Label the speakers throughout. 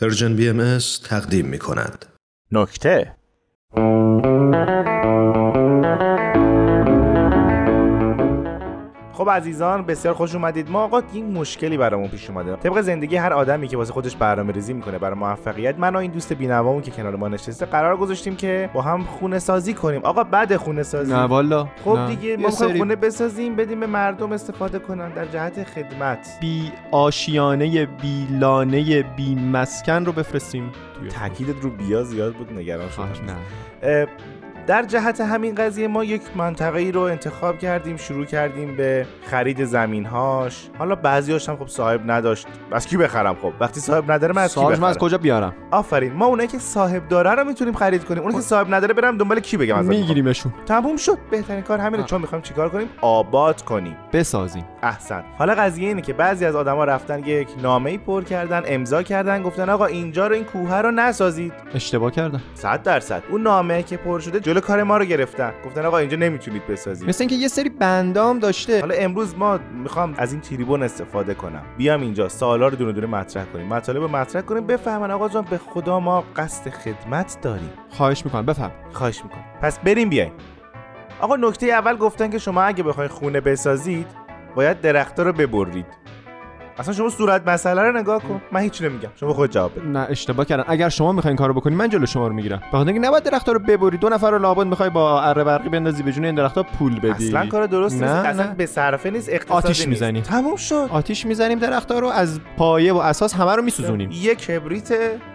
Speaker 1: پرژن بی ام از تقدیم می کند.
Speaker 2: نکته خب عزیزان بسیار خوش اومدید ما آقا این مشکلی برامون پیش اومده طبق زندگی هر آدمی که واسه خودش برنامه ریزی میکنه برای موفقیت من و این دوست بینوامون که کنار ما نشسته قرار گذاشتیم که با هم خونه سازی کنیم آقا بعد خونه سازی
Speaker 3: نه والا
Speaker 2: خب
Speaker 3: نه.
Speaker 2: دیگه ما
Speaker 3: یه
Speaker 2: می‌خوایم
Speaker 3: سری
Speaker 2: خونه بسازیم بدیم به مردم استفاده کنن در جهت خدمت
Speaker 3: بی آشیانه بی لانه بی مسکن رو بفرستیم توی
Speaker 2: تاکیدت رو بیا زیاد بود نگران شدم
Speaker 3: آه، نه
Speaker 2: اه، در جهت همین قضیه ما یک منطقه ای رو انتخاب کردیم شروع کردیم به خرید زمینهاش حالا بعضی هم خب صاحب نداشت از کی بخرم خب وقتی صاحب نداره من از کی
Speaker 3: ساز من
Speaker 2: بخرم
Speaker 3: از کجا بیارم
Speaker 2: آفرین ما اونایی که صاحب داره رو میتونیم خرید کنیم
Speaker 3: خب.
Speaker 2: اونایی که صاحب نداره برم دنبال کی بگم از
Speaker 3: میگیریمشون
Speaker 2: تموم شد بهترین کار همینه
Speaker 3: آه.
Speaker 2: چون میخوایم چیکار کنیم آباد کنیم
Speaker 3: بسازیم
Speaker 2: احسن حالا قضیه اینه که بعضی از آدما رفتن یک نامه ای پر کردن امضا کردن گفتن آقا اینجا رو این کوه رو نسازید
Speaker 3: اشتباه کردم
Speaker 2: صد درصد اون نامه که پر شده جلو کار ما رو گرفتن گفتن آقا اینجا نمیتونید بسازید
Speaker 3: مثل اینکه یه سری بندام داشته
Speaker 2: حالا امروز ما میخوام از این تریبون استفاده کنم بیام اینجا سوالا رو دونه دونه مطرح کنیم مطالب رو مطرح کنیم بفهمن آقا جان به خدا ما قصد خدمت داریم
Speaker 3: خواهش میکنم بفهم
Speaker 2: خواهش میکنم پس بریم بیایم آقا نکته اول گفتن که شما اگه بخواید خونه بسازید باید درختها رو ببرید اصلا شما صورت مسئله رو نگاه کن من هیچی نمیگم شما خود جواب بده
Speaker 3: نه اشتباه کردم اگر شما میخواین کارو بکنی من جلو شما رو میگیرم بخاطر اینکه نباید درختا رو ببری دو نفر رو لابد میخوای با اره برقی بندازی به جون این درختا پول بدی
Speaker 2: اصلا کار درست نیست
Speaker 3: نه،
Speaker 2: اصلا
Speaker 3: نه.
Speaker 2: به صرفه نیست اقتصادی
Speaker 3: آتیش
Speaker 2: نیست.
Speaker 3: میزنی.
Speaker 2: تموم شد
Speaker 3: آتیش میزنیم درختا رو از پایه و اساس همه رو میسوزونیم
Speaker 2: یه کبریت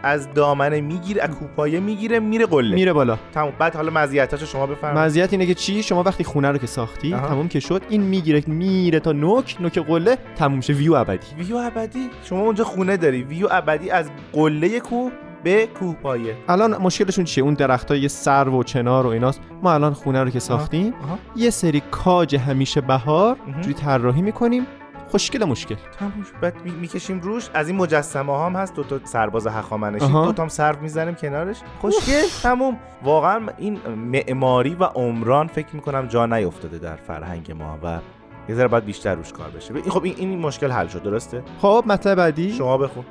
Speaker 2: از دامنه میگیره از کوپایه میگیره میره قله
Speaker 3: میره بالا
Speaker 2: تموم بعد حالا مزیتاشو شما بفرمایید
Speaker 3: مزیت اینه که چی شما وقتی خونه رو که ساختی
Speaker 2: آها.
Speaker 3: تموم که شد این میگیره میره تا نوک نوک قله تموم شه ویو ابدی
Speaker 2: ویو ابدی شما اونجا خونه داری ویو ابدی از قله کوه به کوهپایه
Speaker 3: الان مشکلشون چیه اون درختای یه سرو و چنار و ایناست ما الان خونه رو که ساختیم
Speaker 2: آها.
Speaker 3: یه سری کاج همیشه بهار
Speaker 2: مهم.
Speaker 3: جوری طراحی میکنیم خوشگل مشکل
Speaker 2: تموم شد. بعد می- میکشیم روش از این مجسمه ها هم هست دو تا سرباز هخامنشی
Speaker 3: آها.
Speaker 2: دو تا هم سرو میزنیم کنارش خوشگل تموم واقعا این معماری و عمران فکر میکنم جا نیافتاده در فرهنگ ما و یه ذره باید بیشتر روش کار بشه این- خب این این مشکل حل شد درسته
Speaker 3: خب مطلب بعدی
Speaker 2: شما بخون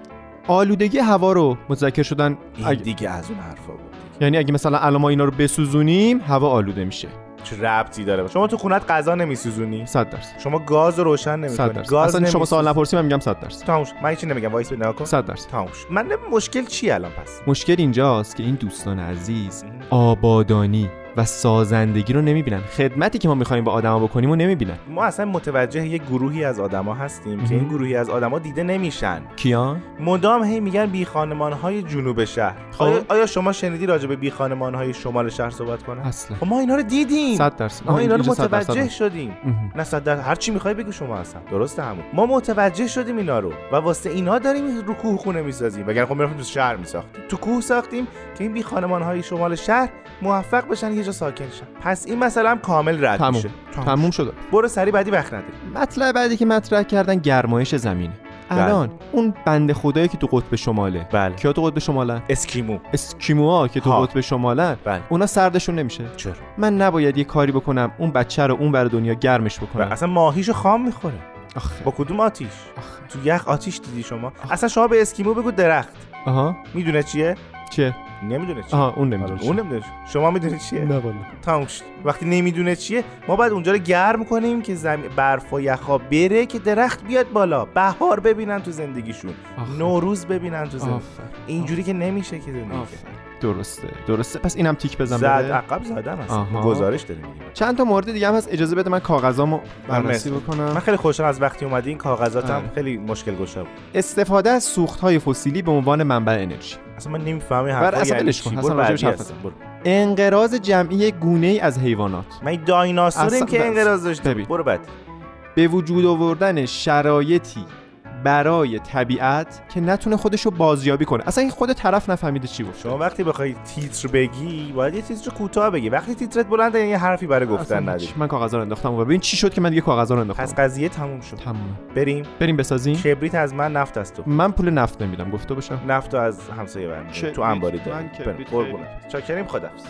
Speaker 3: آلودگی هوا رو متذکر شدن
Speaker 2: این
Speaker 3: اگه-
Speaker 2: دیگه از اون حرفا بود دیگه.
Speaker 3: یعنی اگه مثلا الان ما اینا رو بسوزونیم هوا آلوده میشه
Speaker 2: چه ربطی داره شما تو خونت غذا نمیسوزونی
Speaker 3: 100 درصد
Speaker 2: شما گاز رو روشن
Speaker 3: 100
Speaker 2: نمیکنی
Speaker 3: درصد
Speaker 2: گاز
Speaker 3: اصلا شما
Speaker 2: نمی‌سوزونی.
Speaker 3: سوال نپرسی من میگم 100 درصد
Speaker 2: تموم شد. من هیچی نمیگم وایس بده نگاه کن
Speaker 3: 100 درصد
Speaker 2: تموم شد. من نمی- مشکل چی الان پس
Speaker 3: مشکل اینجاست که این دوستان عزیز آبادانی و سازندگی رو نمیبینن خدمتی که ما میخوایم به آدما بکنیم رو نمیبینن
Speaker 2: ما اصلا متوجه یه گروهی از آدما هستیم که
Speaker 3: مهم.
Speaker 2: این گروهی از آدما دیده نمیشن
Speaker 3: کیان
Speaker 2: مدام هی میگن بی خانمان های جنوب شهر
Speaker 3: خب.
Speaker 2: آیا, آیا شما شنیدی راجع به بی خانمان های شمال شهر صحبت کنن
Speaker 3: اصلا
Speaker 2: خب ما اینا رو دیدیم
Speaker 3: 100 درصد
Speaker 2: ما
Speaker 3: آه،
Speaker 2: اینا رو
Speaker 3: اینجا 100 درصد
Speaker 2: متوجه
Speaker 3: من.
Speaker 2: شدیم
Speaker 3: مهم.
Speaker 2: نه صد در هر چی میخوای بگو شما هستن درسته همون ما متوجه شدیم اینا رو و واسه اینا داریم رو کوه خونه میسازیم وگرنه خب میرفتیم تو شهر میساختیم تو کوه ساختیم که این بی خانمان های شمال شهر موفق بشن یه جا ساکن شن پس این مسئله هم کامل رد
Speaker 3: تموم.
Speaker 2: میشه
Speaker 3: تموم شد
Speaker 2: برو سری بعدی وقت نداری
Speaker 3: مطلب بعدی که مطرح کردن گرمایش زمینه الان اون بند خدایی که تو قطب شماله
Speaker 2: بله
Speaker 3: کیا تو قطب شمالن
Speaker 2: اسکیمو
Speaker 3: اسکیموها که تو
Speaker 2: ها.
Speaker 3: قطب شمالن
Speaker 2: بله
Speaker 3: اونا سردشون نمیشه
Speaker 2: چرا
Speaker 3: من نباید یه کاری بکنم اون بچه رو اون بر دنیا گرمش
Speaker 2: و
Speaker 3: بکنم
Speaker 2: اصلا ماهیشو خام میخوره
Speaker 3: آخه
Speaker 2: با کدوم آتیش
Speaker 3: آخه.
Speaker 2: تو یخ آتیش دیدی شما اصلا شما به اسکیمو بگو درخت
Speaker 3: آها
Speaker 2: میدونه چیه
Speaker 3: چه
Speaker 2: نمیدونه چیه
Speaker 3: آها اون
Speaker 2: آره،
Speaker 3: نمیدونه
Speaker 2: اون نمیدونه چیه. شما میدونی چیه
Speaker 3: نه والا
Speaker 2: تموم شد وقتی نمیدونه چیه ما باید اونجا رو گرم کنیم که زمین برف و یخا بره که درخت بیاد بالا بهار ببینن تو زندگیشون
Speaker 3: آخه.
Speaker 2: نوروز ببینن تو زندگی
Speaker 3: آفر
Speaker 2: اینجوری که نمیشه که زندگی
Speaker 3: آفر درسته درسته پس اینم تیک بزن
Speaker 2: زد
Speaker 3: بده
Speaker 2: عقب زدم اصلا
Speaker 3: آها.
Speaker 2: گزارش داریم می‌دیم.
Speaker 3: چند تا مورد دیگه هم هست اجازه بده من کاغذامو
Speaker 2: مثل-
Speaker 3: بررسی
Speaker 2: من
Speaker 3: بکنم
Speaker 2: خیلی خوشحال از وقتی اومدی این کاغذاتم
Speaker 3: آره.
Speaker 2: خیلی مشکل گشا بود
Speaker 3: استفاده از سوختهای فسیلی به عنوان منبع انرژی
Speaker 2: اصلا من نمیفهمی
Speaker 3: بر-
Speaker 2: حرفا
Speaker 3: اصلا
Speaker 2: یعنی
Speaker 3: ولش
Speaker 2: چی
Speaker 3: کن.
Speaker 2: برو
Speaker 3: اصلا راجبش
Speaker 2: بعدی
Speaker 3: حرف
Speaker 2: اصلا. برو.
Speaker 3: انقراض جمعی گونه ای از حیوانات
Speaker 2: من این دایناسوریم
Speaker 3: اصلا-
Speaker 2: که انقراض داشته
Speaker 3: ببین.
Speaker 2: برو بعد
Speaker 3: به وجود آوردن شرایطی برای طبیعت که نتونه خودش رو بازیابی کنه اصلا این خود طرف نفهمیده چی گفته
Speaker 2: شما وقتی بخوای تیتر بگی باید یه تیتر کوتاه بگی وقتی تیترت بلنده یعنی یه حرفی برای
Speaker 3: اصلا
Speaker 2: گفتن
Speaker 3: هیچ.
Speaker 2: نداری
Speaker 3: من کاغذا رو انداختم و ببین چی شد که من دیگه کاغذا رو انداختم
Speaker 2: پس قضیه تموم شد
Speaker 3: تمومه.
Speaker 2: بریم
Speaker 3: بریم بسازیم
Speaker 2: کبریت از من نفت از تو
Speaker 3: من پول نفت نمیدم گفته باشم
Speaker 2: نفت رو از همسایه برمیداری
Speaker 3: کبریت.
Speaker 2: تو انباری داری
Speaker 3: من
Speaker 2: بریم.
Speaker 3: کبریت
Speaker 2: قربونت چاکریم خدافز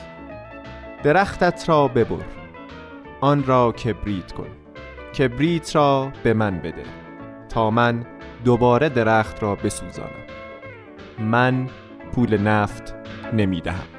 Speaker 3: درختت را ببر آن را کبریت کن کبریت را به من بده تا من دوباره درخت را بسوزانم من پول نفت نمیدهم